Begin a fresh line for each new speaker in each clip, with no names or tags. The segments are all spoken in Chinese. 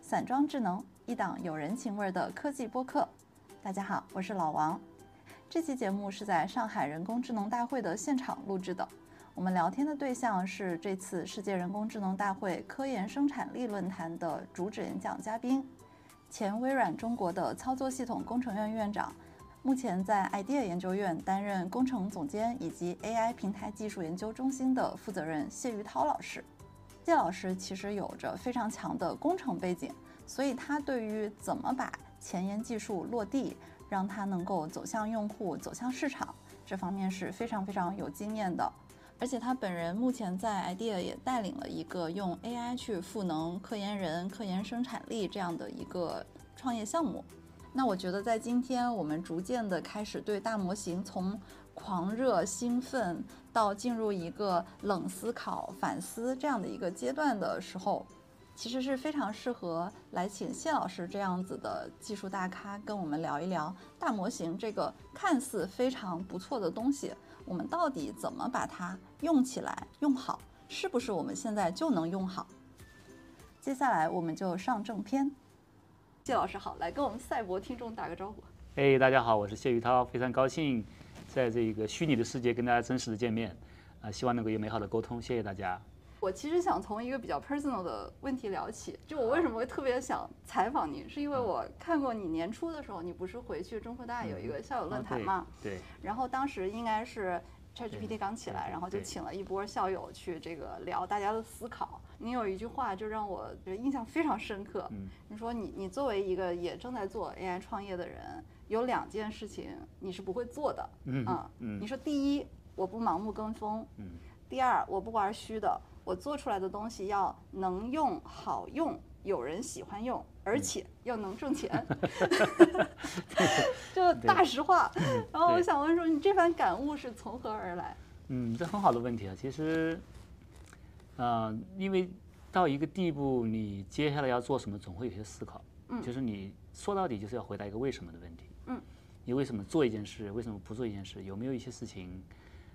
散装智能，一档有人情味儿的科技播客。大家好，我是老王。这期节目是在上海人工智能大会的现场录制的。我们聊天的对象是这次世界人工智能大会科研生产力论坛的主旨演讲嘉宾，前微软中国的操作系统工程院院长，目前在 IDEA 研究院担任工程总监以及 AI 平台技术研究中心的负责人谢于涛老师。谢老师其实有着非常强的工程背景，所以他对于怎么把前沿技术落地，让它能够走向用户、走向市场，这方面是非常非常有经验的。而且他本人目前在 IDEA 也带领了一个用 AI 去赋能科研人、科研生产力这样的一个创业项目。那我觉得在今天，我们逐渐的开始对大模型从狂热、兴奋到进入一个冷思考、反思这样的一个阶段的时候，其实是非常适合来请谢老师这样子的技术大咖跟我们聊一聊大模型这个看似非常不错的东西，我们到底怎么把它用起来、用好，是不是我们现在就能用好？接下来我们就上正片。谢老师好，来跟我们赛博听众打个招呼。
哎，大家好，我是谢宇涛，非常高兴在这个虚拟的世界跟大家真实的见面，啊、希望能够有美好的沟通，谢谢大家。
我其实想从一个比较 personal 的问题聊起，就我为什么会特别想采访您，是因
嗯
为我看过你年初的时候，你不是回去中科大有一个校友论坛嘛，
啊嗯对，对
然后当时应该是 ChatGPT
对
刚起来，
对
然后就
对
请了一波校友去这个聊大家的思考。你有一句话就让我觉得印象非常深刻，
嗯
你说你你作为一个也正在做 AI 创业的人，有两件事情你是不会做的，
嗯
啊
嗯
你说第一，我不盲目跟风，
嗯
第二，我不玩虚的，我做出来的东西要能用、好用、有人喜欢用，
嗯
而且要能挣 钱，就大实话。然后我
嗯对
想问说，你这番感悟是从何而来？
嗯，这很好的问题啊。其实，啊，因为到一个地步，你接下来要做什么，总会有些思考。
嗯
就是你说到底就是要回答一个为什么的问题。
嗯，
你为什么做一件事？为什么不做一件事？有没有一些事情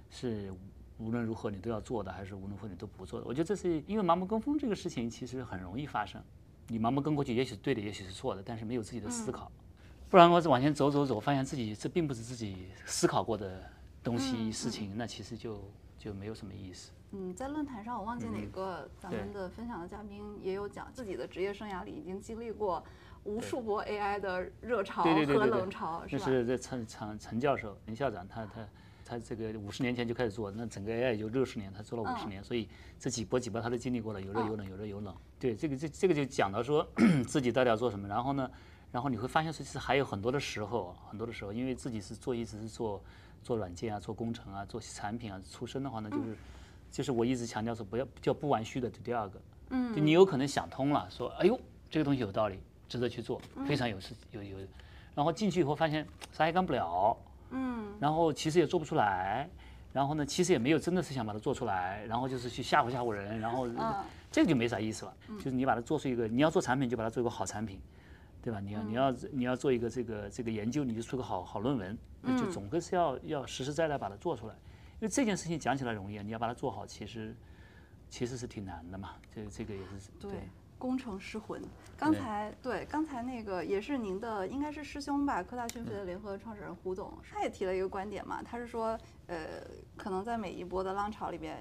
是无论如何你都要做的，还是无论如何你都不做的？我觉得这是因为盲目跟风这个事情其实很容易发生。你盲目跟过去，也许是对的，也许是错的，但是没有自己的
嗯
思考。不然我往前走走走，发现自己这并不是自己思考过的东西、
嗯
事情，那其实就就没有什么意思。
嗯，在论坛上我忘记哪个咱们
嗯对
的分享的嘉宾也有讲，自己的职业生涯里已经经历过无数波 AI 的热潮
对对对
和
对对
冷潮，
就是
哦吧？
是这陈陈陈教授、林校长他，他他这个五十年前就开始做，那整个 AI 也就六十年，他做了五十
嗯
年，所以这几波几波他都经历过了，有热
嗯
有冷，有热有冷。对，这个这这个就讲到说 自己到底要做什么，然后呢，然后你会发现其实还有很多的时候，很多的时候，因为自己是做一直是做做软件啊、做工程啊、做产品啊出身的话呢，
嗯
就是。就是我一直强调说不要叫不玩虚的，这第二个，
嗯
就你有可能想通了，说哎呦这个东西有道理，值得去做，
嗯
非常有事有有，然后进去以后发现啥也干不了，
嗯，
然后其实也做不出来，然后呢其实也没有真的是想把它做出来，然后就是去吓唬吓唬人，然后
嗯
这个就没啥意思了，就是你把它做出一个，你要做产品就把它做一个好产品。对吧？
嗯
你要你要你要做一个这个这个研究，你就出个好好论文，那
嗯
就总归是要要实实在在把它做出来。因为这件事情讲起来容易，啊，你要把它做好，其实其实是挺难的嘛。这这个也是
对，工程师魂。刚
对
才对，刚才那个也是您的，应该是师兄吧，科大讯飞的联合创始人胡总，他也提了一个观点嘛，他是说，呃，可能在每一波的浪潮里边。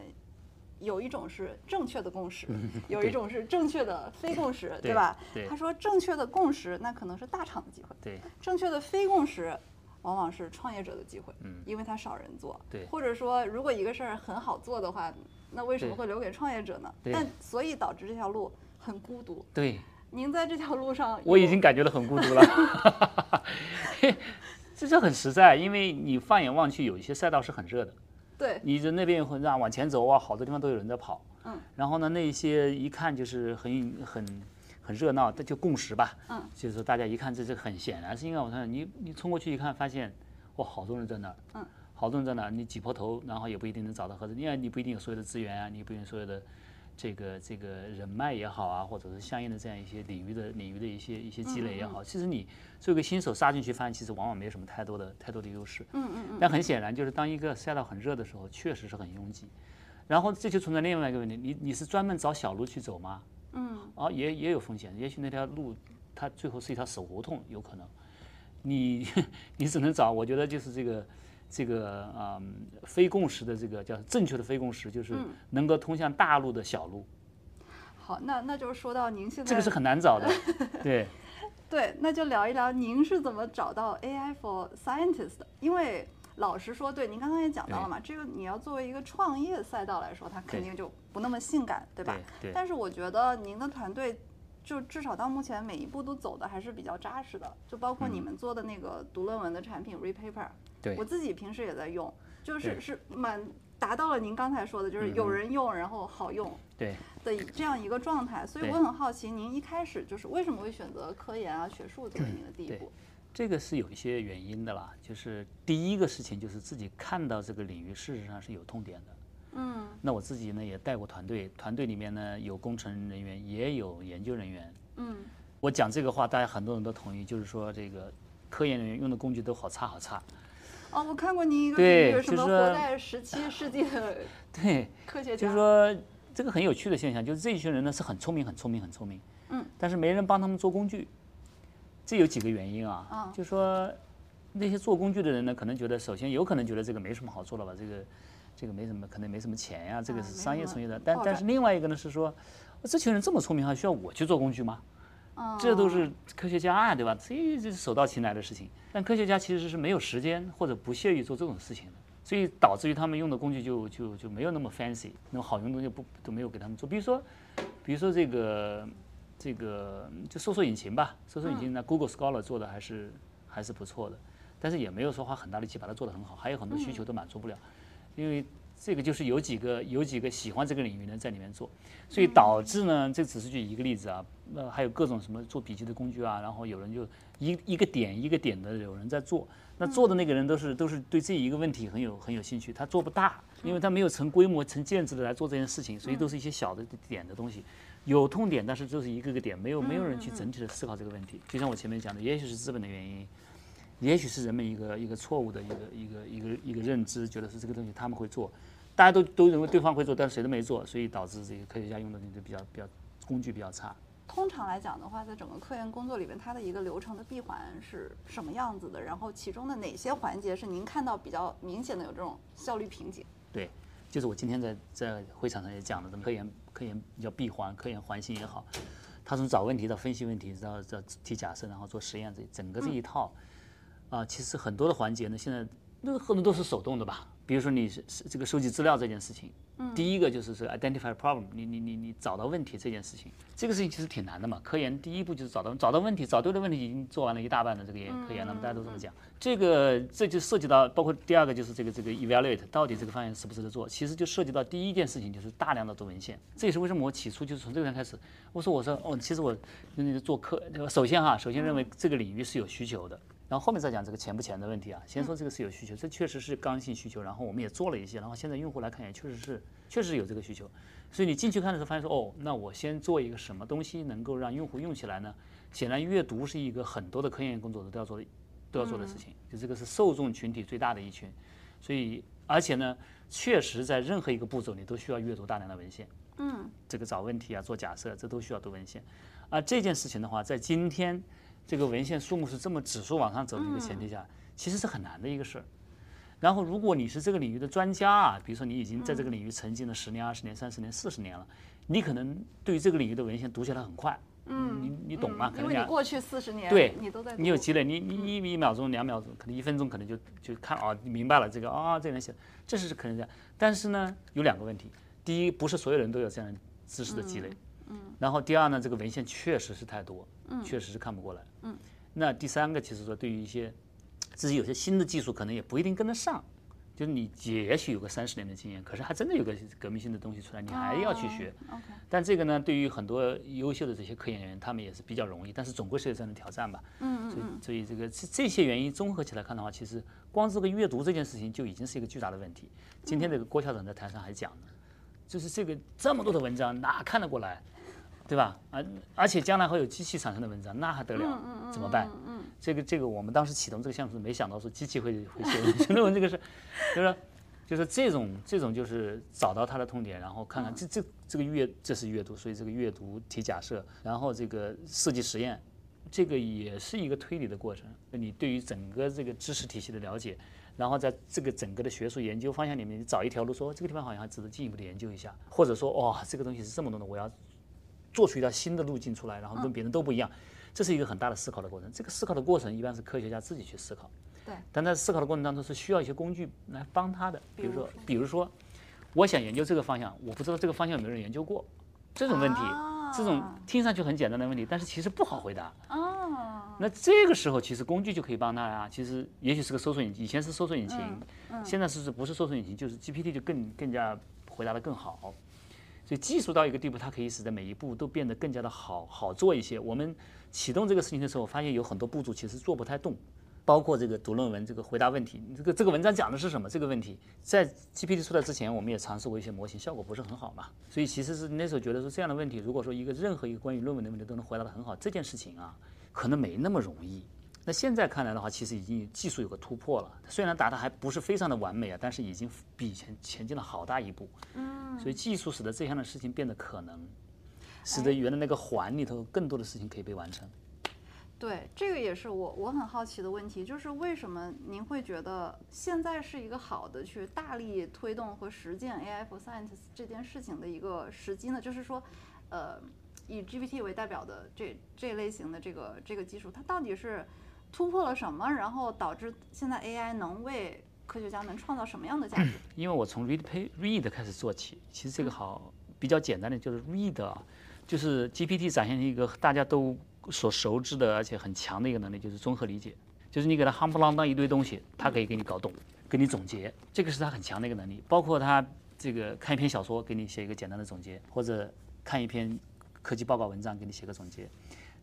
有一种是正确的共识，有一
对
种是正确的非共识，对
对
吧？
对
他说正确的共识，那可能是大厂的机会；
对
正确的非共识，往往是创业者的机会，
嗯
因为它少人做。
对
或者说，如果一个事儿很好做的话，那为什么
对
会留给创业者呢？
对
但所以导致这条路很孤独。
对，
您在这条路上有，
我已经感觉到很孤独了。 这是很实在，因为你放眼望去，有一些赛道是很热的，
对，
你人那边会让往前走啊，好多地方都有人在跑。
嗯。
然后呢，那一些一看就是很很很热闹，这就共识吧。
嗯。
就是说大家一看这这很显然是因为我看你你冲过去一看，发现哇，好多人在那儿。
嗯。
好多人在那儿，你挤破头，然后也不一定能找到合适，因为你不一定有所有的资源啊，你不一定有所有的这个这个人脉也好啊，或者是相应的这样一些领域的领域的一些一些积累也
嗯
好，其实你作为一个新手杀进去，发现其实往往没有什么太多的太多的优势。
嗯嗯嗯，
但很显然，就是当一个赛道很热的时候，确实是很拥挤。然后这就存在另外一个问题：你你是专门找小路去走吗？
嗯，
啊，也也有风险，也许那条路它最后是一条死胡同，有可能。你 你只能找，我觉得就是这个这个嗯非共识的这个叫正确的非共识，就是
嗯
能够通向大陆的小路，
好，那那就是说到您现在
这个是很难 找的。对，
对，那就聊一聊您是怎么找到 AI for Scientist 的？因为老实说，对您刚刚也讲到了嘛，这个你要作为一个创业赛道来说，它肯
对
定就不那么性感，对吧？
对对
但是我觉得您的团队。就至少到目前每一步都走的还是比较扎实的，就包括你们做的那个读论文的产品 Repaper，、
嗯对
我自己平时也在用，就是
对嗯
是蛮达到了您刚才说的，就是有人用然后好用，
对。
的这样一个状态，所以
对
我很好奇，您一开始就是为什么会选择科研啊、学术作为您的第一
对
步？
这个是有一些原因的啦，就是第一个事情就是自己看到这个领域事实上是有痛点的。
嗯，
那我自己呢也带过团队，团队里面呢有工程人员，也有研究人员。
嗯，
我讲这个话，大家很多人都同意，就是说这个科研人员用的工具都好差好差。
哦，我看过您一个
对
评语，什
就
么
是
活
说
在十七世纪的
对，
科学家，
就是说这个很有趣的现象，就是这一群人呢是很聪明、很聪明、很聪明，
嗯，
但是没人帮他们做工具，这有几个原因啊，
啊
就说那些做工具的人呢，可能觉得首先有可能觉得这个没什么好做了吧，这个这个没什么，可能没什么钱呀、这
啊
个
没
是
什
商业
么
从业的，
好
但但
干
是另外一个呢是说，哦这群人这么聪明，还需要我去做工具吗？
嗯
这都是科学家啊，对吧？这这是手到擒来的事情。但科学家其实是没有时间或者不屑于做这种事情的，所以导致于他们用的工具就就就没有那么 fancy，那么好用的东西不都没有给他们做。比如说，比如说这个这个就搜索引擎吧，搜索引擎呢，Google Scholar 做的还是还是不错的，但是也没有说花很大力气把它做得很好，还有很多需求都满足不了，因为这个就是有几个有几个喜欢这个领域呢在里面做，所以导致呢，这只是举一个例子啊，那还有各种什么做笔记的工具啊，然后有人就一一个点一个点的有人在做，那做的那个人都是都是对这一个问题很有很有兴趣，他做不大，因为他没有成规模成建制的来做这件事情，所以都是一些小的点的东西。有痛点，但是就是一个个点，没有没有人去整体的思考这个问题。就像我前面讲的，也许是资本的原因，也许是人们一个一个错误的一个一个一个一个认知，觉得是这个东西他们会做，大家都都认为对方会做，但是谁都没做，所以导致这个科学家用的那个比较比较工具比较差。
通常来讲的话，在整个科研工作里边，它的一个流程的闭环是什么样子的？然后其中的哪些环节是您看到比较明显的有这种效率瓶颈？
对，就是我今天在在会场上也讲了，咱们科研科研比较闭环，科研环形也好，他从找问题到分析问题，到到提假设，然后做实验，这整个这一套，啊、其实很多的环节呢，现在那很多都是手动的吧。比如说你是是这个收集资料这件事情，第一个就是是 identify problem，你你你你找到问题这件事情，这个事情其实挺难的嘛。科研第一步就是找到找到问题，找对了问题已经做完了一大半的这个研科研了嘛，大家都这么讲。这个这就涉及到包括第二个就是这个这个 evaluate 到底这个方向值不值得做，其实就涉及到第一件事情就是大量的读文献。这也是为什么我起初就是从这个地方开始，我说我说哦，其实我那个做科，首先哈，首先认为这个领域是有需求的。然后后面再讲这个钱不钱的问题啊。先说这个是有需求，这确实是刚性需求，然后我们也做了一些，然后现在用户来看也确实是确实有这个需求，所以你进去看的时候发现说哦，那我先做一个什么东西能够让用户用起来呢？显然阅读是一个很多的科研工作者都要做的都要做
嗯
的事情，就这个是受众群体最大的一群，所以而且呢，确实在任何一个步骤你都需要阅读大量的文献。
嗯，
这个找问题啊、做假设，这都需要读文献。而这件事情的话，在今天这个文献数目是这么指数往上走的一个前提下，
嗯
其实是很难的一个事儿。然后，如果你是这个领域的专家啊，比如说你已经在
嗯
这个领域沉浸了十年、二十年、三十年、四十年了，你可能对于这个领域的文献读起来很快，嗯，你你懂吗？
因
可能
为你
讲
过去四十年，
对
你都在
你有
读
积累，你你一一秒钟、两秒钟，可能一分钟，可能就就看哦，明白了这个啊、这个人写的，这是可能这样。但是呢，有两个问题：第一，不是所有人都有这样的知识的积累；嗯。然后第二呢，这个文献确实是太多，嗯，确实是看不过来，嗯。那第三个，其实说对于一些自己有些新的技术，可能也不一定跟得上。就是你也许有个三十年的经验，可是还真的有个革命性的东西出来，你还要去学。
哦 OK
但这个呢，对于很多优秀的这些科研人员，他们也是比较容易，但是总归是有这样的挑战吧。嗯所以，所以这个这这些原因综合起来看的话，其实光这个阅读这件事情就已经是一个巨大的问题。今天这个郭校长在台上还讲呢，就是这个这么多的文章哪看得过来，对吧？而而且将来会有机器产生的文章，那还得了？怎么办？ 这个这个，我们当时启动这个项目时没想到说机器会会写写论文这个事，就是说。就就是这种这种就是找到它的痛点，然后看看这这这个阅这是阅读，所以这个阅读提假设，然后这个设计实验，这个也是一个推理的过程。你对于整个这个知识体系的了解，然后在这个整个的学术研究方向里面，你找一条路说，哦这个地方好像还值得进一步的研究一下，或者说哇、这个东西是这么弄的，我要做出一条新的路径出来，然后
嗯
跟别人都不一样，这是一个很大的思考的过程。这个思考的过程一般是科学家自己去思考。
对，
但在思考的过程当中是需要一些工具来帮他的，比
比
如
如
说
说，
比如说，我想研究这个方向，我不知道这个方向有没有人研究过，这种问题，这种
啊
听上去很简单的问题，但是其实不好回答。
哦，
那这个时候其实工具就可以帮他啦、其实也许是个搜索引擎，以前是搜索引擎，现在是不是搜索引擎就是 GPT 就更更加回答的更好。所以技术到一个地步，它可以使得每一步都变得更加的好好做一些。我们启动这个事情的时候，发现有很多步骤其实做不太动，包括这个读论文，这个回答问题，你这个这个文章讲的是什么？这个问题在 GPT 出来之前，我们也尝试过一些模型，效果不是很好嘛。所以其实是那时候觉得说这样的问题，如果说一个任何一个关于论文的问题都能回答得很好，这件事情啊，可能没那么容易。那现在看来的话，其实已经技术有个突破了，虽然打得还不是非常的完美啊，但是已经比以前前进了好大一步。嗯，所以技术使得这样的事情变得可能，使得原来那个环里头更多的事情可以被完成。
对，这个也是我我很好奇的问题，就是为什么您会觉得现在是一个好的去大力推动和实践 AI for Science 这件事情的一个时机呢？就是说，呃，以 GPT 为代表的这这类型的这个这个技术，它到底是突破了什么，然后导致现在 AI 能为科学家们创造什么样的价值？
因为我从 read pay read 开始做起，其实这个好比较简单的就是 read 啊，就是 GPT 展现一个大家都所熟知的而且很强的一个能力，就是综合理解，就是你给它夯不啷当一堆东西，它可以给你搞懂，给你总结，这个是它很强的一个能力。包括它这个看一篇小说给你写一个简单的总结，或者看一篇科技报告文章给你写个总结。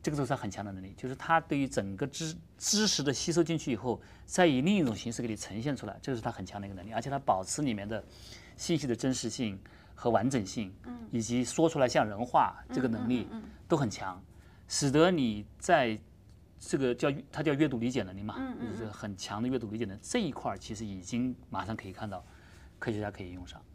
这个都是它很强的能力，就是它对于整个知知识的吸收进去以后，再以另一种形式给你呈现出来，这是它很强的一个能力，而且它保持里面的信息的真实性和完整性，以及说出来像人话 这个能力
嗯
都很强，使得你在这个叫它叫阅读理解能力嘛，
嗯
就是很强的阅读理解能力这一块，其实已经马上可以看到科学家可以用上。
嗯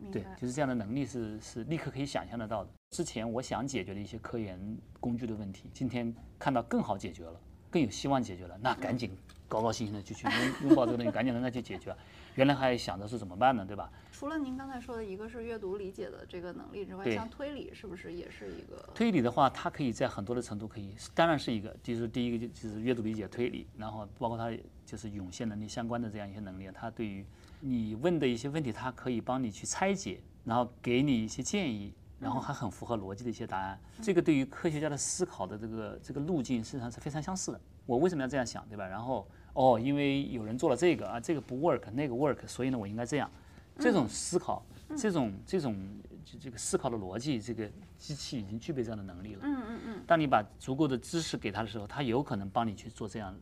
明
对
白，
就是这样的能力是是立刻可以想象得到的。之前我想解决的一些科研工具的问题，今天看到更好解决了，更有希望解决了，那赶紧高高兴兴的就去拥拥抱这个东西，赶紧让它去解决啊。原来还想着是怎么办呢，对吧？
除了您刚才说的一个是阅读理解的这个能力之外，
对
像推理是不是也是一个？
推理的话，它可以在很多的程度可以，当然是一个，就是第一个就就是阅读理解推理，然后包括它就是涌现能力相关的这样一些能力，它对于你问的一些问题，它可以帮你去拆解，然后给你一些建议，然后还很符合逻辑的一些答案。这个对于科学家的思考的这个这个路径，实际上是非常相似的。我为什么要这样想，对吧？然后哦，因为有人做了这个啊，这个不 work，那个 work，所以呢，我应该这样。这种思考，这种这种这这个思考的逻辑，这个机器已经具备这样的能力了。
嗯嗯嗯。
当你把足够的知识给他的时候，他有可能帮你去做这样，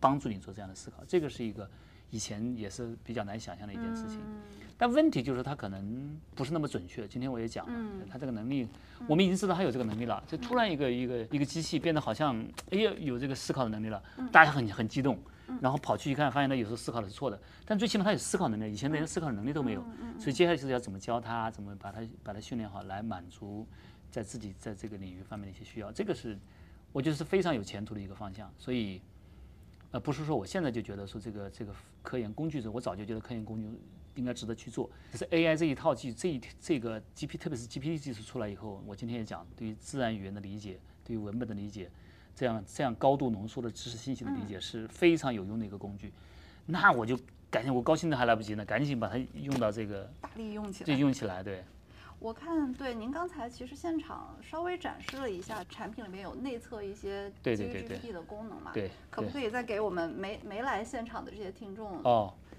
帮助你做这样的思考。这个是一个以前也是比较难想
嗯
象的一件事情。但问题就是他可能不是那么准确。今天我也讲了，他这个能力，我们已经知道他有这个能力了，就突然一个一个一个机器变得好像哎呀有这个思考的能力了，大家很很激动。然后跑去一看，发现他有时候思考的是错的，但最起码他有思考能力，以前连思考的能力都没有，所以接下来就是要怎么教他，怎么把他把他训练好，来满足在自己在这个领域方面的一些需要，这个是我觉得是非常有前途的一个方向。所以，呃，不是说我现在就觉得说这个这个科研工具是，我早就觉得科研工具应该值得去做。可是 AI 这一套技这一这个 GP，特别是 GPT 技术出来以后，我今天也讲，对于自然语言的理解，对于文本的理解，这样这样高度浓缩的知识信息的理
嗯
解是非常有用的一个工具。那我就赶紧，我高兴的还来不及呢，赶紧把它用到这个，
大力用起来
这，用起来，对。
我看对您刚才其实现场稍微展示了一下产品里面有内测一些
对
基于
对对
GPT 的功能嘛，
对
啊可不
对
可以再给我们没没来现场的这些听众
哦，对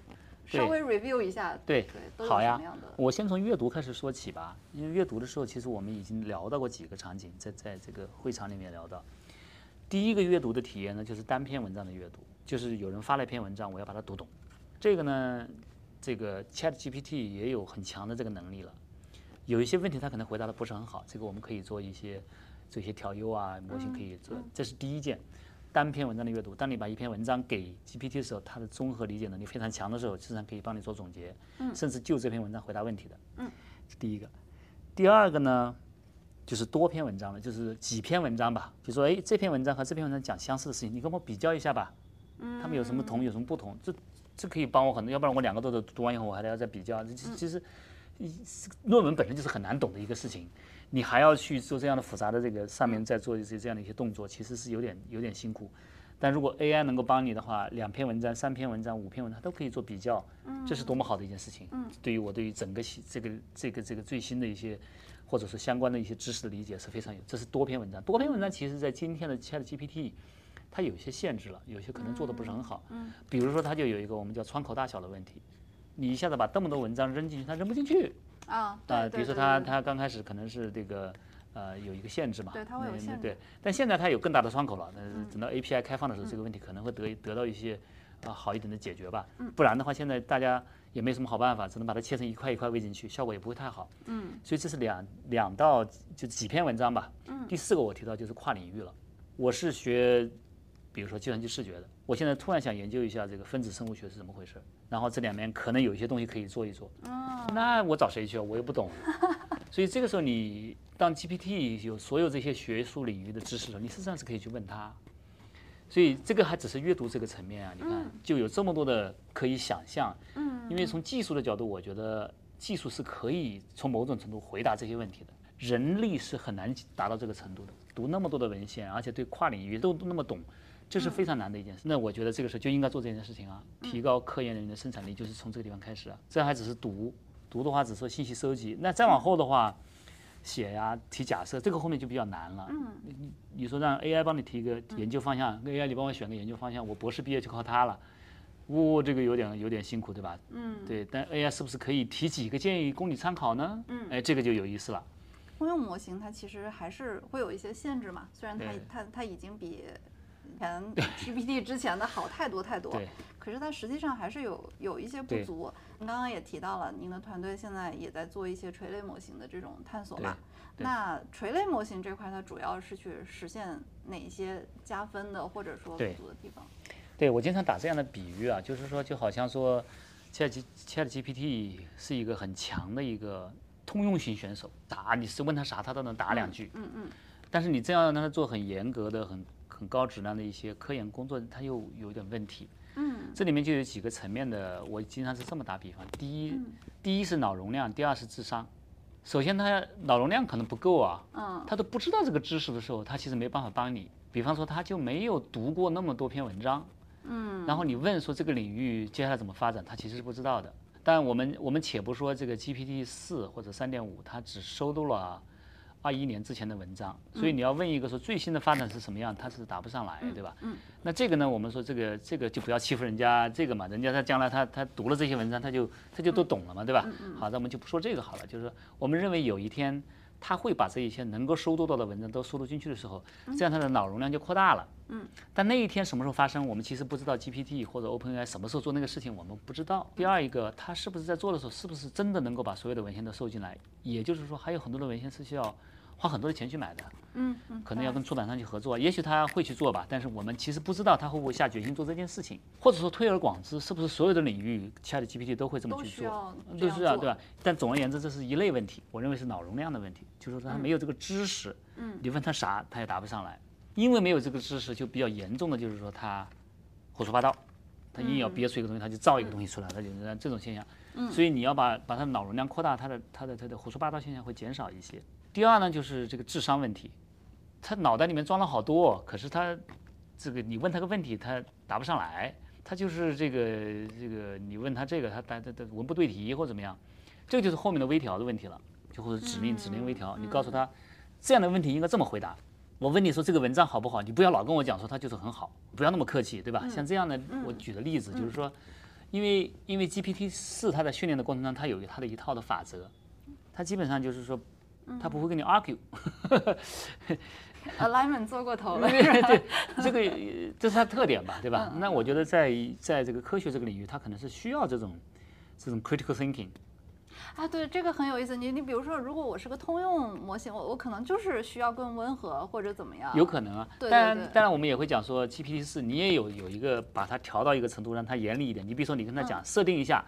稍微 review 一下？
对
对，都有
好
什
呀
么样的？
我先从阅读开始说起吧，因为阅读的时候，其实我们已经聊到过几个场景，在在这个会场里面聊到。第一个阅读的体验呢，就是单篇文章的阅读，就是有人发了一篇文章，我要把它读懂。这个呢，这个 Chat GPT 也有很强的这个能力了。有一些问题它可能回答的不是很好，这个我们可以做一些做一些调优啊，模型可以做，这是第一件。单篇文章的阅读。当你把一篇文章给 GPT 的时候，它的综合理解能力非常强的时候，实际上可以帮你做总结，甚至就这篇文章回答问题的。
嗯，
是第一个。第二个呢，就是多篇文章了，就是几篇文章吧。比如说，哎，这篇文章和这篇文章讲相似的事情，你跟我比较一下吧。嗯，他们有什么同，有什么不同？这这可以帮我很多，要不然我两个都得读完以后，我还得要再比较。这其其实，一论文本身就是很难懂的一个事情，你还要去做这样的复杂的这个上面再做一些这样的一些动作，其实是有点有点辛苦。但如果 AI 能够帮你的话，两篇文章、三篇文章、五篇文章它都可以做比较，这是多么好的一件事情。对于我对于整个系这个这个这个最新的一些或者说相关的一些知识的理解是非常有，这是多篇文章。多篇文章其实在今天的 Chat GPT 它有些限制了，有些可能做的不是很好。比如说它就有一个我们叫窗口大小的问题，你一下子把这么多文章扔进去，它扔不进去。
啊，对
啊，
对
比如说
对
它
对
它刚开始可能是这个呃有一个限制嘛，
对它会有
那
限制嗯
对，但现在它有更大的窗口了，那等到 API 开放的时候，这个问题可能会得得到一些啊好一点的解决吧，
嗯
不然的话现在大家也没什么好办法，只能把它切成一块一块喂进去，效果也不会太好。嗯，所以这是两两到就几篇文章吧。嗯，第四个我提到就是跨领域了，我是学比如说计算机视觉的，我现在突然想研究一下这个分子生物学是怎么回事，然后这两边可能有一些东西可以做一做。
哦
那我找谁去啊？我又不懂。 所以这个时候你当 GPT 有所有这些学术领域的知识的时候，你实际上是可以去问他。所以这个还只是阅读这个层面啊，你看就有这么多的可以想象。嗯，因为从技术的角度，我觉得技术是可以从某种程度回答这些问题的。人力是很难达到这个程度的，读那么多的文献，啊而且对跨领域都都那么懂，这是非常难的一件事。那我觉得这个时候就应该做这件事情啊，提高科研人员的生产力，就是从这个地方开始啊。这还只是读，读的话只是信息收集，那再往后的话，写呀、提假设，这个后面就比较难了。嗯，你你说让 AI 帮你提一个研究方向、a i 你帮我选个研究方向，我博士毕业就靠它了。呜、这个有点有点辛苦，对吧？嗯，对。但 AI 是不是可以提几个建议供你参考呢？嗯，哎，这个就有意思了。
通用模型它其实还是会有一些限制嘛，虽然它
对
它它已经比以前 GPT 之前的好太多太多，
对
可是它实际上还是有有一些不
对
足。您刚刚也提到了，您的团队现在也在做一些垂类模型的这种探索嘛。
对对
那垂类模型这块，它主要是去实现哪一些加分的，或者说不
对
足的地方？
对我经常打这样的比喻啊，就是说，就好像说，Chat G Chat GPT 是一个很强的一个通用型选手，打你是问他啥，他都能打两句。
嗯嗯，
但是你这样让他做很严格的、很很高质量的一些科研工作，他又有点问题。
嗯，
这里面就有几个层面的，我经常是这么打比方：第一，
嗯
第一是脑容量，第二是智商。首先，他脑容量可能不够啊，
嗯，
他都不知道这个知识的时候，他其实没办法帮你。比方说，他就没有读过那么多篇文章，嗯，然后你问说这个领域接下来怎么发展，他其实是不知道的。但我们我们且不说这个 GPT 四或者三点五，它只收录了二一年之前的文章，所以你要问一个说最新的发展是什么样，它是答不上来，对吧？那这个呢，我们说这个这个就不要欺负人家这个嘛，人家他将来他他读了这些文章，他就他就都懂了嘛，对吧？好，那我们就不说这个好了，就是说我们认为有一天他会把这一些能够收录到的文章都收录进去的时候，这样他的脑容量就扩大了。嗯，但那一天什么时候发生，我们其实不知道 GPT 或者 OpenAI 什么时候做那个事情，我们不知道。
嗯
第二一个，他是不是在做的时候，是不是真的能够把所有的文献都收进来？也就是说，还有很多的文献是需要花很多的钱去买的。
嗯嗯，
可能要跟出版商去合作，也许他会去做吧，但是我们其实不知道他会不会下决心做这件事情，或者说推而广之，是不是所有的领域 ChatGPT 都会这么
都
去
需
做？
要这
就
样
是啊，
做，
对吧？但总而言之，这是一类问题，我认为是脑容量的问题，就是说他没有这个知识，嗯，你问他啥，他也答不上来，因为没有这个知识，就比较严重的就是说他胡说八道，他硬
嗯
要憋出一个东西，他就造一个东西出来，他就这种现象。所以你要把把他的脑容量扩大，他的他的他的胡说八道现象会减少一些。第二呢，就是这个智商问题，他脑袋里面装了好多，可是他这个你问他个问题，他答不上来，他就是这个这个你问他这个，他答他他文不对题或怎么样，这个就是后面的微调的问题了，就或者指令指令微调，你告诉他这样的问题应该这么回答。我问你说这个文章好不好，你不要老跟我讲说它就是很好，不要那么客气，对吧？像这样的，我举的例子就是说，因为因为 GPT 四它在训练的过程中，它有它的一套的法则，它基本上就是说，它不会跟你 argue，
alignment 做过头了，
这个呃这是它特点吧，对
嗯
吧？那我觉得在在这个科学这个领域，它可能是需要这种这种 critical thinking，
啊，对，这个很有意思。你你比如说，如果我是个通用模型，我我可能就是需要更温和或者怎么样。
有可能啊。
对对
当然
对，
当然我们也会讲说，GPT 四你也有有一个把它调到一个程度，让它严厉一点。你比如说，你跟他讲、设定一下，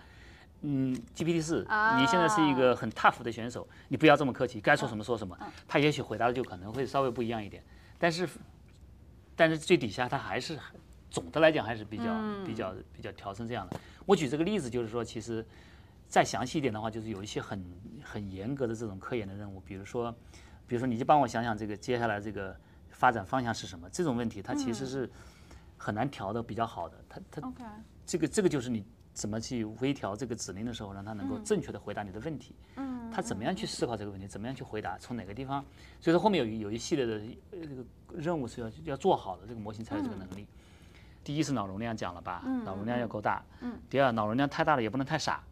嗯，GPT 四，你现在是一个很 tough 的选手，你不要这么客气，该说什么说什么。他也许回答的就可能会稍微不一样一点，但是但是最底下他还是总的来讲还是比较、比较比较调成这样的。我举这个例子就是说，其实再详细一点的话，就是有一些很很严格的这种科研的任务，比如说，比如说你就帮我想想这个接下来这个发展方向是什么这种问题，它其实是很难调的比较好的。它它
OK，
这个这个就是你怎么去微调这个指令的时候，让它能够正确的回答你的问题。嗯，它怎么样去思考这个问题，怎么样去回答，从哪个地方？所以说后面有一有一系列的呃这个任务是要要做好的，这个模型才有这个能力。第一是脑容量讲了吧，脑容量要够大。嗯嗯。第二，脑容量太大了也不能太 傻，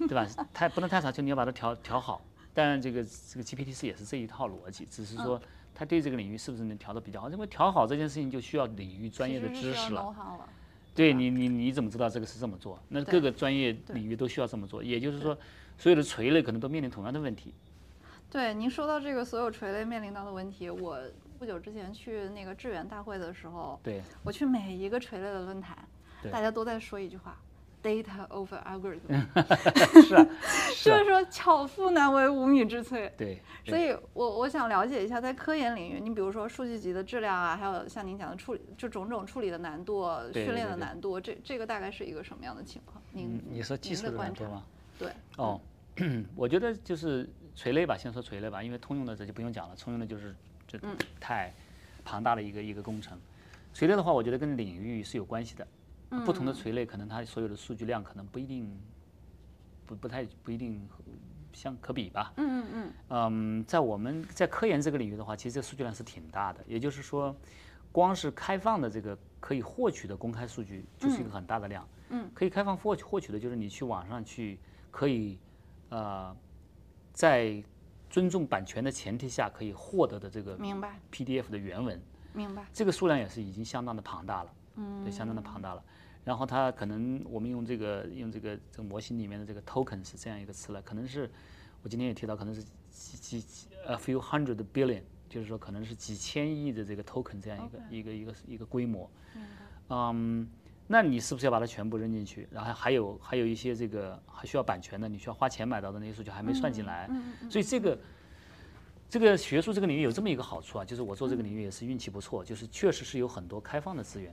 对吧？太不能太傻，就你要把它调调好。当然，这个这个 GPT 四也是这一套逻辑，只是说它对这个领域是不是能调的比较好。因为调好这件事情就需要领域专业的知识了。
了。了
对你，你你怎么知道这个是这么做？那各个专业领域都需要这么做，也就是说，所有的垂类可能都面临同样的问题。
对，您说到这个所有垂类面临到的问题，我不久之前去那个致远大会的时候，
对，
我去每一个垂类的论坛，
对
大家都在说一句话：data over algorithm，
是啊， 是
就
啊
是，说巧妇难为无米之炊。
对，
所
对
以我，我想了解一下，在科研领域，你比如说数据集的质量啊，还有像您讲的处理，就种种处理的难度、
对
训练
对
的
对
难度，这这个大概是一个什么样的情况？您
嗯，你说技
您
术
的
的
观
难度
察
吗？
对，
哦，我觉得就是垂类吧，先说垂类吧，因为通用的这就不用讲了，通用的就是这
嗯
太庞大的一个一个工程。垂类的话，我觉得跟领域是有关系的，
嗯
不同的垂类可能它所有的数据量可能不一定，不不太不一定相可比吧。
嗯嗯
嗯，在我们在科研这个领域的话，其实这个数据量是挺大的。也就是说，光是开放的这个可以获取的公开数据，就是一个很大的量。嗯，可以开放获取获取的就是你去网上去可以，呃，在尊重版权的前提下可以获得的这个
嗯，明白
PDF 的原文。
明白，
这个数量也是已经相当的庞大了，嗯，对，相当的庞大了。然后它可能我们用这个用这个这个模型里面的这个 token 是这样一个词了，可能是我今天也提到，可能是几几几 a few hundred billion，就是说可能是几千亿的这个 token 这样一个一个一个一个规模，嗯，那你是不是要把它全部扔进去？然后还有还有一些这个还需要版权的，你需要花钱买到的那些数据还没算进来，所以这个。这个学术这个领域有这么一个好处啊，就是我做这个领域也是运气不错，就是确实是有很多开放的资源，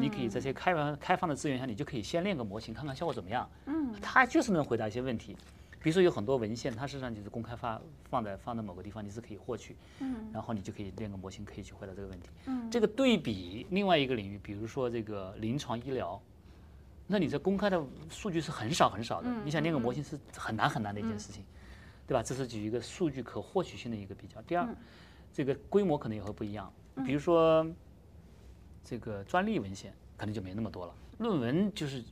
你可以在这些开放开放的资源下，你就可以先练个模型，看看效果怎么样。嗯，它就是能回答一些问题，比如说有很多文献，它实际上就是公开发放在放在某个地方，你是可以获取，嗯，然后你就可以练个模型，可以去回答这个问题。嗯，这个对比另外一个领域，比如说这个临床医疗。那你这公开的数据是很少很少的，你想练个模型是很难很难的一件事情。对吧？这是举一个数据可获取性的一个比较。第二，这个规模可能也会不一样。比如说，这个专利文献可能就没那么多了，论文就是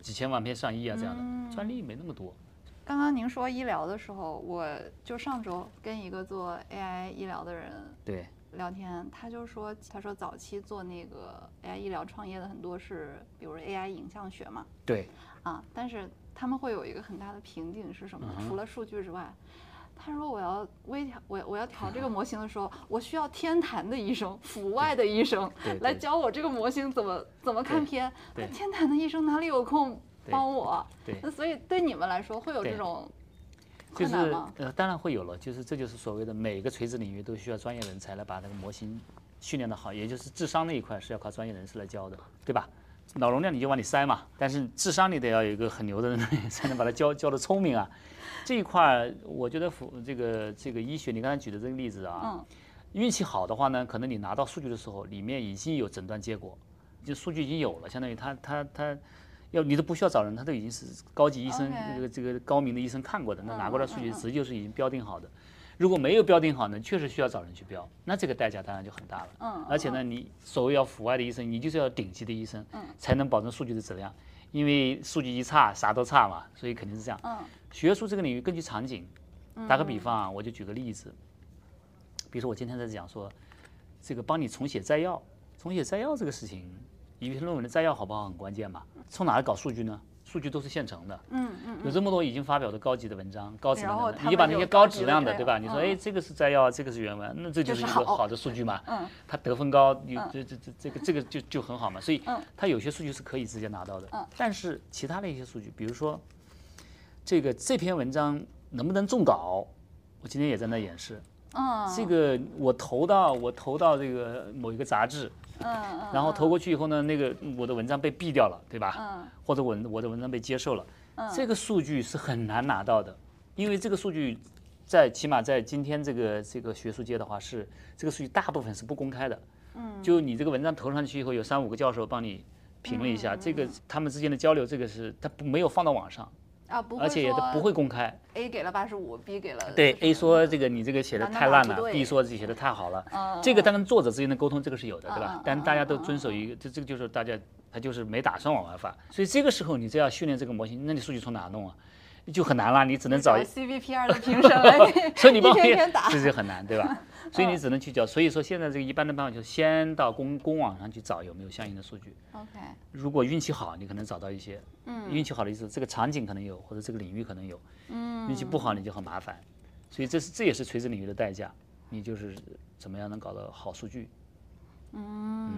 几千万篇、上亿啊这样的，专利没那么多。
刚刚您说医疗的时候，我就上周跟一个做 AI 医疗的人
对，
聊天，他就说，他说早期做那个 AI 医疗创业的很多是，比如 AI 影像学嘛，
对，
啊，但是他们会有一个很大的瓶颈是什么呢？
嗯
除了数据之外，他说我要微调，我我要调这个模型的时候，我需要天坛的医生、阜外的医生
对对
来教我这个模型怎么怎么看
对
片。那
对
天坛的医生哪里有空
对
帮我？
对
那所以对你们来说会有这
对
种
就
困
是
难吗？
呃，当然会有了，就是这就是所谓的每个垂直领域都需要专业人才来把那个模型训练的好，也就是智商那一块是要靠专业人士来教的，对吧？脑容量你就往里塞嘛，但是智商你得要有一个很牛的人才能把它教教的聪明啊。这一块儿我觉得服这个这个医学，你刚才举的这个例子啊，
嗯
运气好的话呢，可能你拿到数据的时候，里面已经有诊断结果，就数据已经有了，相当于他他他要你都不需要找人，他都已经是高级医生
OK
这个这个高明的医生看过的，那拿过来数
嗯
据
嗯
直接就是已经标定好的。如果没有标定好呢，确实需要找人去标，那这个代价当然就很大了。
嗯嗯
而且呢，你所谓要阜外的医生，你就是要顶级的医生，才能保证数据的质量，因为数据一差啥都差嘛，所以肯定是这样。
嗯
学术这个领域根据场景，打个比方啊，我就举个例子，比如说我今天在讲说，这个帮你重写摘要，重写摘要这个事情，一篇论文的摘要好不好很关键嘛，从哪儿搞数据呢？数据都是现成的，
嗯嗯
有这么多已经发表的高级的文章、高质量
然后
的，
他
你
们
把那
有
些
高
高
级
质
的
量的，
对
对
吧
吧？你说，
嗯
哎，这个是摘要，这个是原文，那这
就
就是是一
好
个好的数据嘛。
嗯
它得分高，有
嗯
这这这这个这个就就很好嘛。所以
嗯
它有些数据是可以直接拿到的
嗯，
但是其他的一些数据，比如说这个这篇文章能不能中稿，我今天也在那演示。
嗯，
这个我投到我投到这个某一个杂志，
嗯嗯
然后投过去以后呢，那个我的文章被毙掉了，对吧？
嗯
或者我我的文章被接受了，这个数据是很难拿到的，因为这个数据在起码在今天这个这个学术界的话是这个数据大部分是不公开的，嗯，就你这个文章投上去以后，有三五个教授帮你评了一
嗯
下，这个他们之间的交流，这个是他不没有放到网上，
啊，不会
而且也都
说呃
不会公开。
A 给了八十五，B 给了
对
40
A 说这个你这个写的
哪哪
太
哪
烂
不
了
对
，B 说自己写的太好了，
嗯
这个当然作者之间的沟通这个是有的，对
嗯
吧
嗯？
但大家都
嗯嗯
遵守一个，这这个就是大家他就是没打算往外发，所以这个时候你就要训练这个模型，那你数据从哪弄啊？就很难了，你只能找一，
CVP 二的评审 来
所以你
一
帮
篇
别
篇打嗯
这就很难，对吧？所以你只能去找，所以说现在这个一般的办法就是先到公公网上去找有没有相应的数据，
OK，
如果运气好，你可能找到一些，嗯，运气好的意思，这个场景可能有，或者这个领域可能有，嗯，运气不好你就很麻烦，所以这是这也是垂直领域的代价，你就是怎么样能搞到好数据，嗯
嗯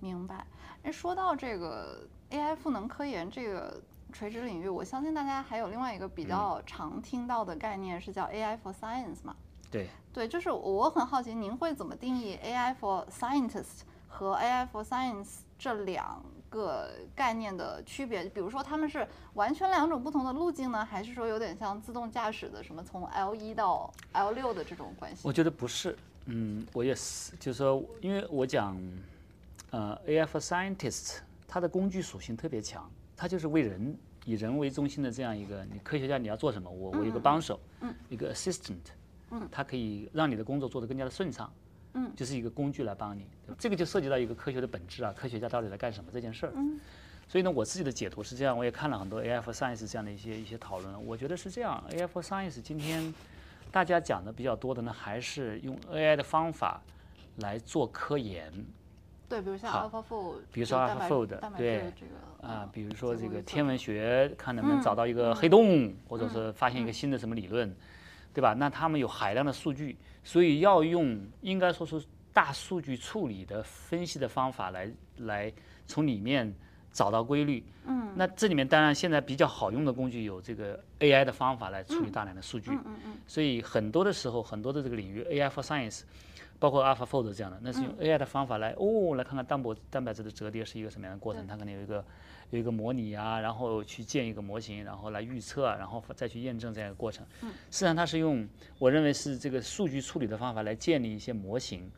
明白。哎，说到这个 AI 赋能科研这个垂直领域，我相信大家还有另外一个
嗯
比较常听到的概念是叫 AI for Science 嘛？
对，
对，就是我很好奇，您会怎么定义 AI for Scientist 和 AI for Science 这两个概念的区别？比如说，他们是完全两种不同的路径呢，还是说有点像自动驾驶的什么从 L 一到 L 六的这种关系？
我觉得不是，嗯，我也是，就是说，因为我讲，呃，AI for scientist，它的工具属性特别强，它就是为人以人为中心的这样一个，你科学家你要做什么，我我有个帮手，一个 assistant，嗯，它可以让你的工作做得更加的顺畅，嗯，就是一个工具来帮你，对吧这个就涉及到一个科学的本质啊，科学家到底在干什么这件事儿，嗯。所以呢，我自己的解读是这样，我也看了很多 AI for Science 这样的一些一些讨论，我觉得是这样，AI for Science 今天大家讲的比较多的呢，还是用 AI 的方法来做科研
对，比如像
好
AlphaFold，
比如说
就蛋白
AlphaFold，
蛋白质
对
的这个嗯
啊，比如说
结
这
果
个
预测
天文学，看能不能找到一个黑洞，或者是发现一个新的什么理论，对吧？那他们有海量的数据，所以要用应该说是大数据处理的分析的方法来来从里面找到规律。嗯，那这里面当然现在比较好用的工具有这个 AI 的方法来处理大量的数据。
嗯嗯
所以很多的时候，很多的这个领域，AI for science，包括 AlphaFold 这样的，那是用 AI 的方法来、哦，来看看蛋白蛋白质的折叠是一个什么样的过程，它可能有一个有一个模拟啊，然后去建一个模型，然后来预测啊，然后再去验证这样一个过程。事实上，它是用我认为是这个数据处理的方法来建立一些模型，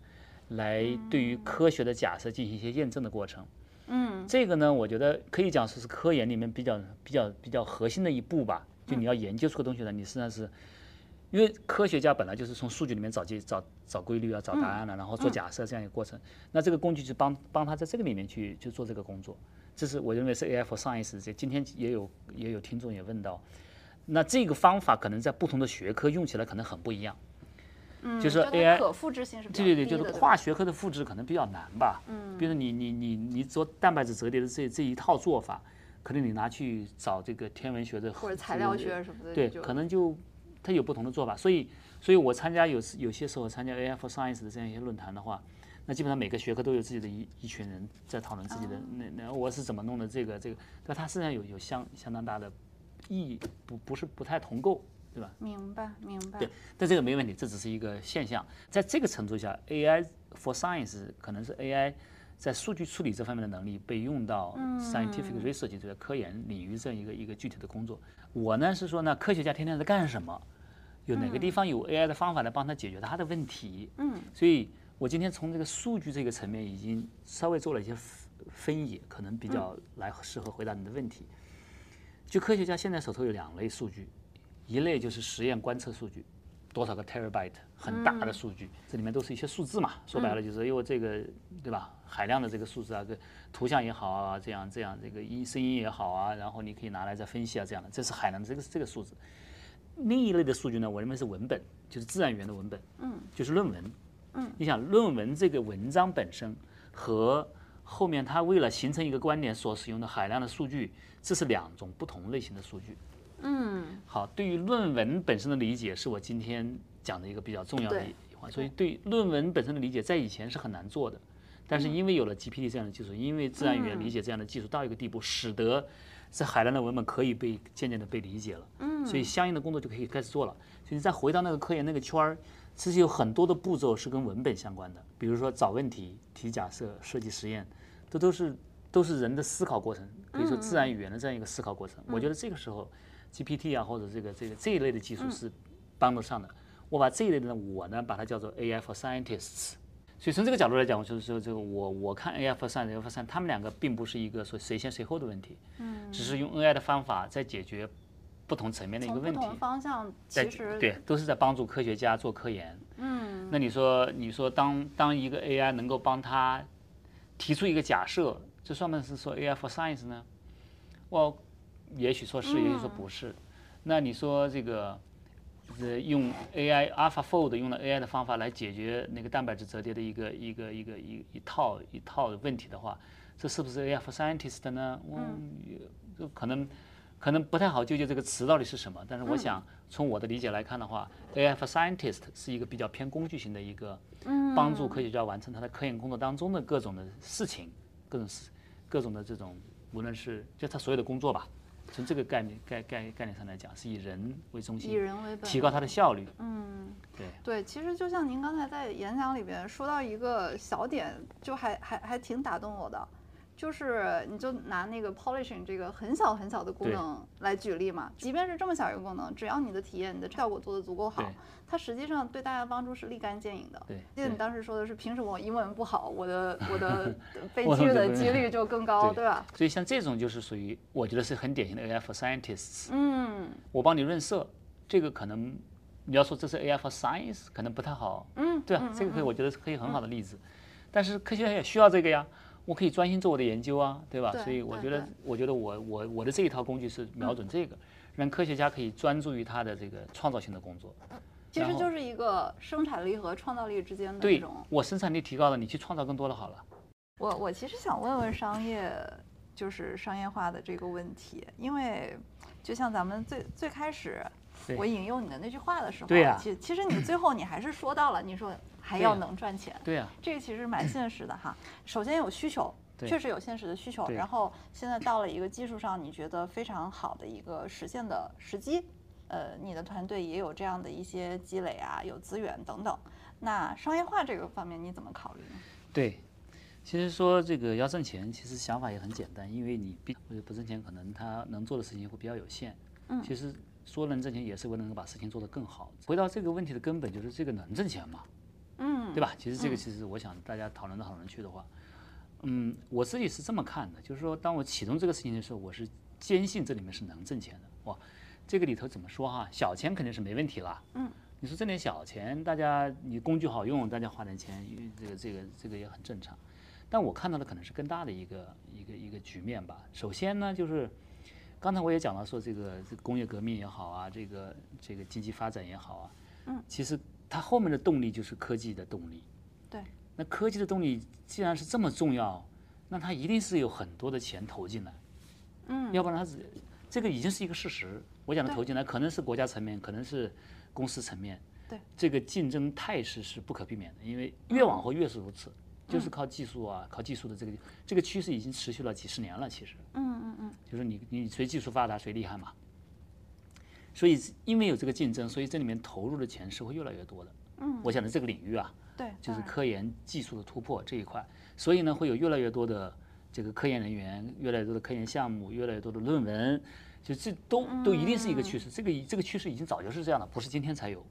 来对于科学的假设进行一些验证的过程。
嗯
这个呢，我觉得可以讲说是科研里面比较比较比较核心的一步吧。就你要研究出个东西来，你实际上是，因为科学家本来就是从数据里面找结找找规律啊，
嗯
找答案了、然后做假设这样一个过程。那这个工具就帮帮他在这个里面去去做这个工作。这是我认为是 AI for Science。这今天也有也有听众也问到，那这个方法可能在不同的学科用起来可能很不一样。
嗯，
就是
它
AI
可复制性是比较
对对对，
低
就是
的吧
跨学科的复制可能比较难吧。嗯，比如说你你你你做蛋白质折叠的这这一套做法，可能你拿去找这个天文学的
或者材料学什么的，
对，
就
可能就它有不同的做法。所以，所以我参加有时有些时候参加 AI for Science 的这样一些论坛的话，那基本上每个学科都有自己的一一群人在讨论自己的、那那我是怎么弄的这个这个，但它实际上有有相相当大的意义，不不是不太同构，对吧？
明白明白。
对，但这个没问题，这只是一个现象。在这个程度下，AI for science 可能是 AI 在数据处理这方面的能力被用到 scientific research 这个科研领域这样一个一个具体的工作。我呢是说呢，科学家天天在干什么？有哪个地方有 AI 的方法来帮他解决他的问题？嗯，所以我今天从这个数据这个层面已经稍微做了一些分分野，可能比较来适合回答你的问题。就科学家现在手头有两类数据，一类就是实验观测数据，多少个 terabyte 很大的数据，这里面都是一些数字嘛，说白了就是因为这个对吧，海量的这个数字啊，跟图像也好啊，这样这样这个音声音也好啊，然后你可以拿来再分析啊，这样的，这是海量的这个这个数字。另一类的数据呢，我认为是文本，就是自然语言的文本，嗯，就是论文，嗯，你想论文这个文章本身和后面他为了形成一个观点所使用的海量的数据，这是两种不同类型的数据。
嗯，
好，对于论文本身的理解是我今天讲的一个比较重要的
对
一环，所以对论文本身的理解在以前是很难做的，但是因为有了 GPT 这样的技术，因为自然语言理解这样的技术到一个地步，使得这海量的文本可以被渐渐的被理解了，嗯，所以相应的工作就可以开始做了。所以再回到那个科研那个圈儿，其实有很多的步骤是跟文本相关的，比如说找问题、提假设、设计实验，这都是都是人的思考过程，可以说自然语言的这样一个思考过程。我觉得这个时候 GPT 啊，或者这个这个这一类的技
嗯
术是帮得上的。我把这一类的呢，我呢把它叫做 AI for scientists。所以从这个角度来讲，我就是说这个我我看 AI for science、AI for science，他们两个并不是一个说谁先谁后的问题，嗯，只是用 AI 的方法在解决不同层面的一个
从不
问题。
同方向
在
其实
对，都是在帮助科学家做科研。嗯，那你说，你说当当一个 AI 能够帮他提出一个假设，这算不算是说 AI for science 呢？我也许说是，也许说不是。那你说这个，呃，用 AI AlphaFold 用了 AI 的方法来解决那个蛋白质折叠的一个一个一个一一套一套问题的话，这是不是 AI for scientist 呢？嗯，也这可能可能不太好纠结这个词到底是什么，但是我想从我的理解来看的话、a i for scientist 是一个比较偏工具型的一个，
嗯
帮助科学家完成他的科研工作当中的各种的事情，各种事，各种的这种，无论是就他所有的工作吧，从这个概念概概概念上来讲，是以人为中
以
心，
人为本，
提高他的效率。
嗯，
对，
对，其实就像您刚才在演讲里边说到一个小点，就还还还挺打动我的，就是你就拿那个 polishing 这个很小很小的功
对
能来举例嘛，即便是这么小一个功能，只要你的体验、你的效果做得足够好
对，
它实际上对大家的帮助是立竿见影的。
对
记得你
对
当时说的是，凭什么我英文不好，我的我 的被
我
拒
怎
的
么
几率就更高，
对
对吧？
所以像这种就是属于我觉得是很典型的 AI for scientists，
嗯
我帮你润色，这个可能你要说这是 AI for science，可能不太好，
嗯，
对啊，这个可以，我觉得是可以很好的例子。但是科学家也需要这个呀，我可以专心做我的研究啊，对吧？
对
所以我
对
觉得
对，嗯
我觉得我我我的这一套工具是瞄准这个，让科学家可以专注于他的这个创造性的工作。
其
然
实
后
就是一个生产力和创造力之间的这
对
种
我生产力提高了，你去创造更多的好了。
我我其实想问问商业，就是商业化的这个问题，因为就像咱们最最开始
对
我引用你的那句话的时候，
对呀
其其实你最后你还是说到了，你说还要
对呀
能赚钱，
对啊，
这个其实蛮现实的哈。首先有需求，
对
确实有现实的需求，
对
然后现在到了一个技术上你觉得非常好的一个实现的时机，呃，你的团队也有这样的一些积累啊，有资源等等。那商业化这个方面你怎么考虑呢？
对。其实说这个要挣钱，其实想法也很简单，因为你毕我觉得不挣钱，可能他能做的事情会比较有限。嗯，其实说能挣钱，也是为了能够把事情做得更好。回到这个问题的根本，就是这个能挣钱吗？
嗯，
对吧？其实这个其实我想大家讨论到讨论去的话，嗯，我自己是这么看的，就是说当我启动这个事情的时候，我是坚信这里面是能挣钱的。哇，这个里头怎么说哈？小钱肯定是没问题啦。嗯，你说挣点小钱，大家你工具好用，大家花点钱，因为这个这个这个也很正常。但我看到的可能是更大的一个一个一个局面吧。首先呢，就是刚才我也讲到说，这个这个工业革命也好啊，这个这个经济发展也好啊，嗯，其实它后面的动力就是科技的动力。
对，
那科技的动力既然是这么重要，那它一定是有很多的钱投进来，嗯，要不然它只这个已经是一个事实。我讲的
对
投进来，可能是国家层面，可能是公司层面，
对，
这个竞争态势是不可避免的，因为越往后越是如此。就是靠技术啊，靠技术的这个这个趋势已经持续了几十年了，其实，
嗯嗯嗯。
就是你你谁技术发达谁厉害嘛。所以因为有这个竞争，所以这里面投入的钱是会越来越多的。嗯，我想的这个领域啊，
对，
就是
当然
科研技术的突破这一块，所以呢，会有越来越多的这个科研人员，越来越多的科研项目，越来越多的论文，就这都都一定是一个趋势。这个这个趋势已经早就是这样了，不是今天才有。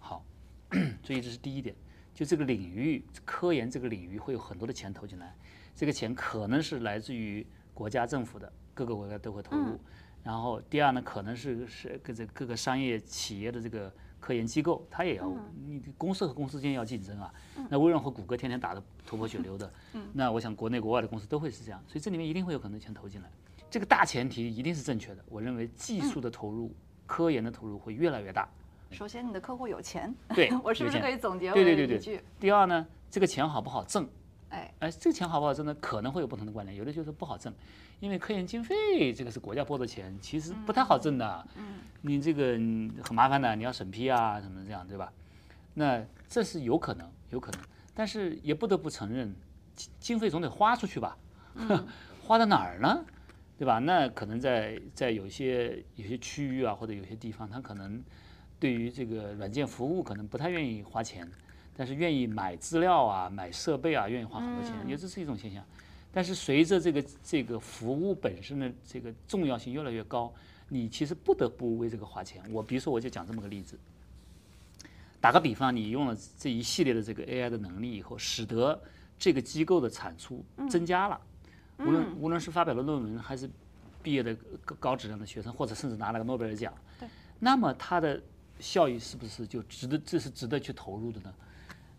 好， 所以这是第一点，就这个领域，科研这个领域会有很多的钱投进来，这个钱可能是来自于国家政府的，各个国家都会投入。然后第二呢，可能是是各这各个商业企业的这个科研机构，它也要、你公司和公司之间要竞争啊。
嗯
那微软和谷歌天天打得头破血流的，那我想国内国外的公司都会是这样，所以这里面一定会有很多钱投进来。这个大前提一定是正确的，我认为技术的投入、科研的投入会越来越大。
首先你的客户有钱，
对
嗯 ，我是不
有
是
钱
可以总结
对
为
对对
一
对
句？
第二呢，这个钱好不好挣？
哎，
哎，这个钱好不好挣呢？可能会有不同的观点，有的就是不好挣，因为科研经费这个是国家拨的钱，其实不太好挣的。嗯，你这个嗯很麻烦的，你要审批啊什么这样，对吧？那这是有可能，有可能，但是也不得不承认，经经费总得花出去吧？ 花到哪儿呢？对吧？那可能在在有些有些区域啊，或者有些地方，他可能对于这个软件服务可能不太愿意花钱，但是愿意买资料啊、买设备啊，愿意花很多钱，也这是一种现象。但是随着这个这个服务本身的这个重要性越来越高，你其实不得不为这个花钱。我比如说，我就讲这么个例子，打个比方，你用了这一系列的这个 AI 的能力以后，使得这个机构的产出增加了，无论无论是发表了论文，还是毕业的高高质量的学生，或者甚至拿了个诺贝尔奖，那么它的效益是不是就值得？这是值得去投入的呢？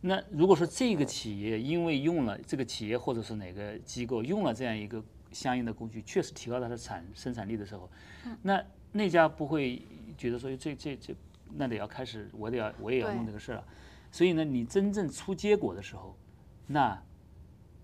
那如果说这个企业因为用了这个企业或者是哪个机构用了这样一个相应的工具，确实提高它的产生产力的时候，那那家不会觉得说哎这这这那得要开始，我得要我也要弄这个事儿了。所以呢，你真正出结果的时候，那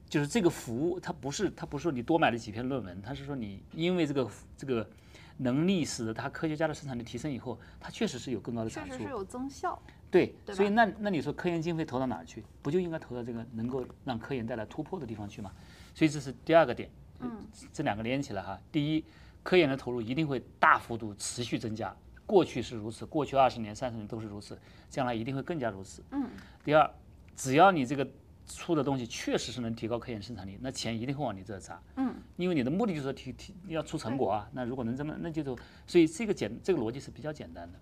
就是这个服务，它不是它不是说你多买了几篇论文，它是说你因为这个这个能力使得它科学家的生产力提升以后，它确实是有更高的
确
产
实
出
是。有增效。
对，
对
所以那那你说科研经费投到哪儿去？不就应该投到这个能够让科研带来突破的地方去吗？所以这是第二个点，嗯，这两个连起来哈。第一，科研的投入一定会大幅度持续增加，过去是如此，过去二十年、三十年都是如此，将来一定会更加如此。嗯。第二，只要你这个出的东西确实是能提高科研生产力，那钱一定会往你这砸。嗯。因为你的目的就是说提提要出成果啊，那如果能这么，那就是所以这个简这个逻辑是比较简单的。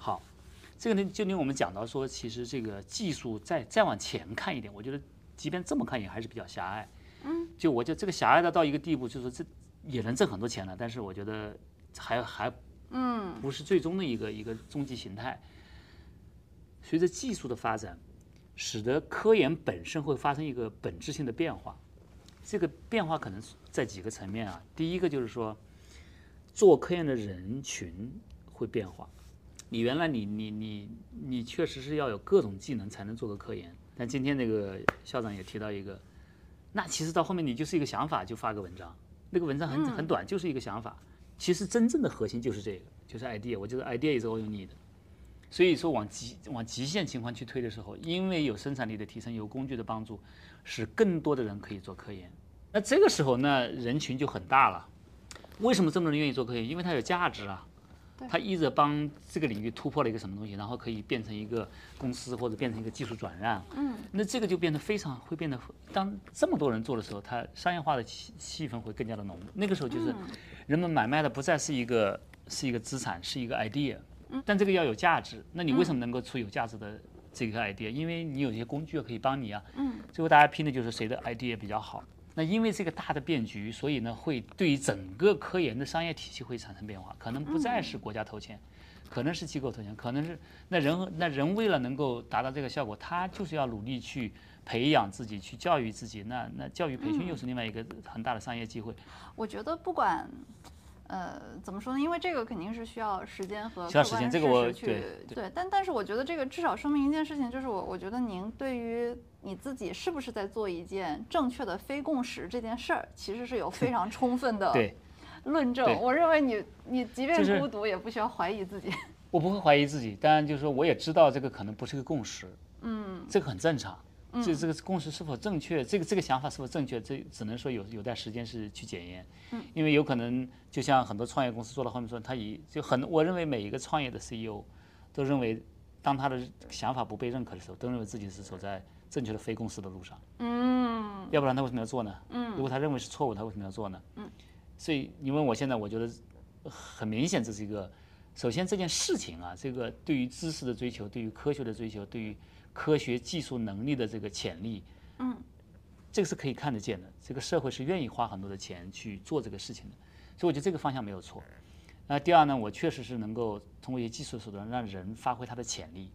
好，这个呢，就令我们讲到说，其实这个技术再再往前看一点，我觉得即便这么看也还是比较狭隘。嗯，就我觉得这个狭隘的到一个地步，就是说这也能挣很多钱了，但是我觉得还还嗯不是最终的一个一个终极形态。随着技术的发展，使得科研本身会发生一个本质性的变化。这个变化可能是在几个层面啊，第一个就是说，做科研的人群会变化。你原来你你你你确实是要有各种技能才能做个科研，但今天那个校长也提到一个，那其实到后面你就是一个想法就发个文章，那个文章很很短，就是一个想法。其实真正的核心就是这个，就是 idea，我就是 idea is all you need。所以说往极往极限情况去推的时候，因为有生产力的提升，有工具的帮助，使更多的人可以做科研。那这个时候呢，人群就很大了。为什么这么多人愿意做科研？因为它有价值啊。他一直帮这个领域突破了一个什么东西，然后可以变成一个公司或者变成一个技术转让。嗯，那这个就变得非常会变得，当这么多人做的时候，它商业化的气气氛会更加的浓。那个时候就是人们买卖的不再是一个是一个资产，是一个 idea，但这个要有价值。那你为什么能够出有价值的这个 idea？因为你有些工具可以帮你啊。嗯，最后大家拼的就是谁的 idea 比较好。那因为这个大的变局，所以呢，会对于整个科研的商业体系会产生变化，可能不再是国家投钱，可能是机构投钱，可能是那人和那人为了能够达到这个效果，他就是要努力去培养自己，去教育自己。那那教育培训又是另外一个很大的商业机会，
我觉得不管。呃，怎么说呢？因为这个肯定是需要时间和
需要
客
时
观
间
的
这个
事
我
实去
对对
但但是我觉得这个至少说明一件事情，就是我我觉得您对于你自己是不是在做一件正确的非共识这件事儿，其实是有非常充分的
对。
论证
对。
我认为你你即
就是
便孤独，也不需要怀疑自己。
我不会怀疑自己，当然就是说，我也知道这个可能不是个共识，嗯，这个很正常。这这个共识是否正确，这个这个想法是否正确，这只能说有有待时间是去检验，嗯，因为有可能就像很多创业公司做到后面说，他以就很，我认为每一个创业的 CEO 都认为，当他的想法不被认可的时候，都认为自己是走在正确的非共识的路上，
嗯，
要不然他为什么要做呢？嗯，如果他认为是错误，他为什么要做呢？嗯，所以你问我现在，我觉得很明显，这是一个首先这件事情啊，这个对于知识的追求，对于科学的追求，对于科学技术能力的这个潜力，嗯，这个是可以看得见的。这个社会是愿意花很多的钱去做这个事情的，所以我觉得这个方向没有错。那第二呢，我确实是能够通过一些技术手段让人发挥他的潜力，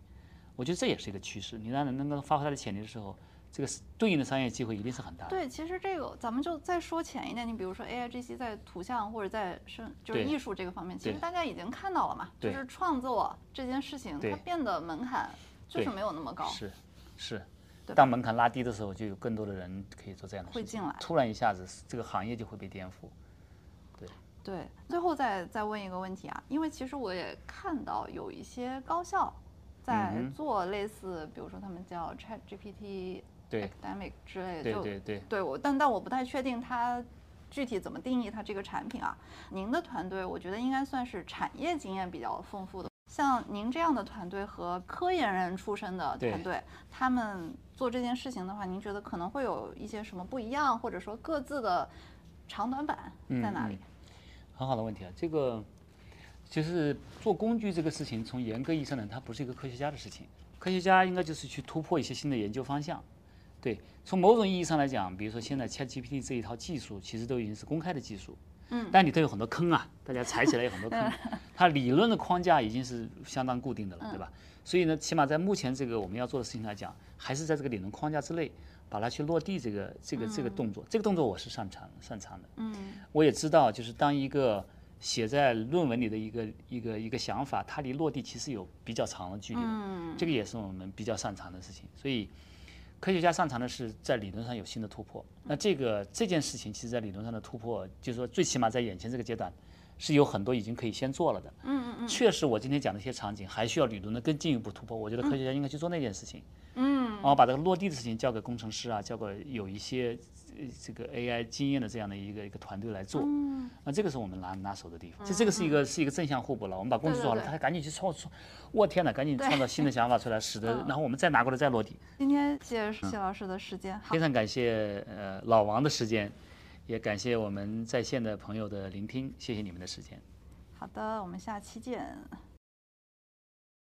我觉得这也是一个趋势。你让人能够发挥他的潜力的时候，这个是对应的商业机会一定是很大的。
对，其实这个咱们就再说浅一点，你比如说 AIGC 在图像或者在生就是
对
艺术这个方面，其实
对
大家已经看到了嘛，就
对
是创作这件事情它
对
变得门槛就是
对
没有那么高。
是，是，
哦对吧
当门槛拉低的时候，就有更多的人可以做这样的事
会
情
进来
突然一下子，这个行业就会被颠覆。
对，最后再再问一个问题啊，因为其实我也看到有一些高校在
嗯哼
做类似，比如说他们叫 Chat GPT
对
Academic 之类的，
对
就
对对，
哎对我，但但我不太确定它具体怎么定义它这个产品啊。您的团队，我觉得应该算是产业经验比较丰富的。像您这样的团队和科研人出身的
对
团队，他们做这件事情的话，您觉得可能会有一些什么不一样，或者说各自的长短板在哪里？
嗯很好的问题啊。这个就是做工具这个事情，从严格意义上呢，它不是一个科学家的事情。科学家应该就是去突破一些新的研究方向。对，从某种意义上来讲，比如说现在 ChatGPT 这一套技术，其实都已经是公开的技术。
嗯
但里头有很多坑啊，大家踩起来有很多坑。它理论的框架已经是相当固定的了，对吧？所以呢，起码在目前这个我们要做的事情来讲，还是在这个理论框架之内，把它去落地这个这个这个动作，这个动作我是擅长擅长的。
嗯，
我也知道，就是当一个写在论文里的一个一个一个想法，它离落地其实有比较长的距离的。
嗯
这个也是我们比较擅长的事情。所以，科学家擅长的是在理论上有新的突破。那这个这件事情，其实在理论上的突破，就是说最起码在眼前这个阶段，是有很多已经可以先做了的。
嗯嗯
确实，我今天讲的一些场景还需要理论的更进一步突破。我觉得科学家应该去做那件事情，
嗯
然后把这个落地的事情交给工程师啊，交给有一些呃这个 AI 经验的这样的一个一个团队来做。
嗯
那这个是我们拿拿手的地方，这这个是一个是一个正向互补了。我们把工作
对
做好
对
了，
对
他赶紧去创创，我天哪，赶紧创造新的想法出来，使
嗯
得然后我们再拿过来再落地。
今天谢谢谢老师的时间，好
非，常感谢呃老王的时间，也感谢我们在线的朋友的聆听，谢谢你们的时间。
好的，我们下期见。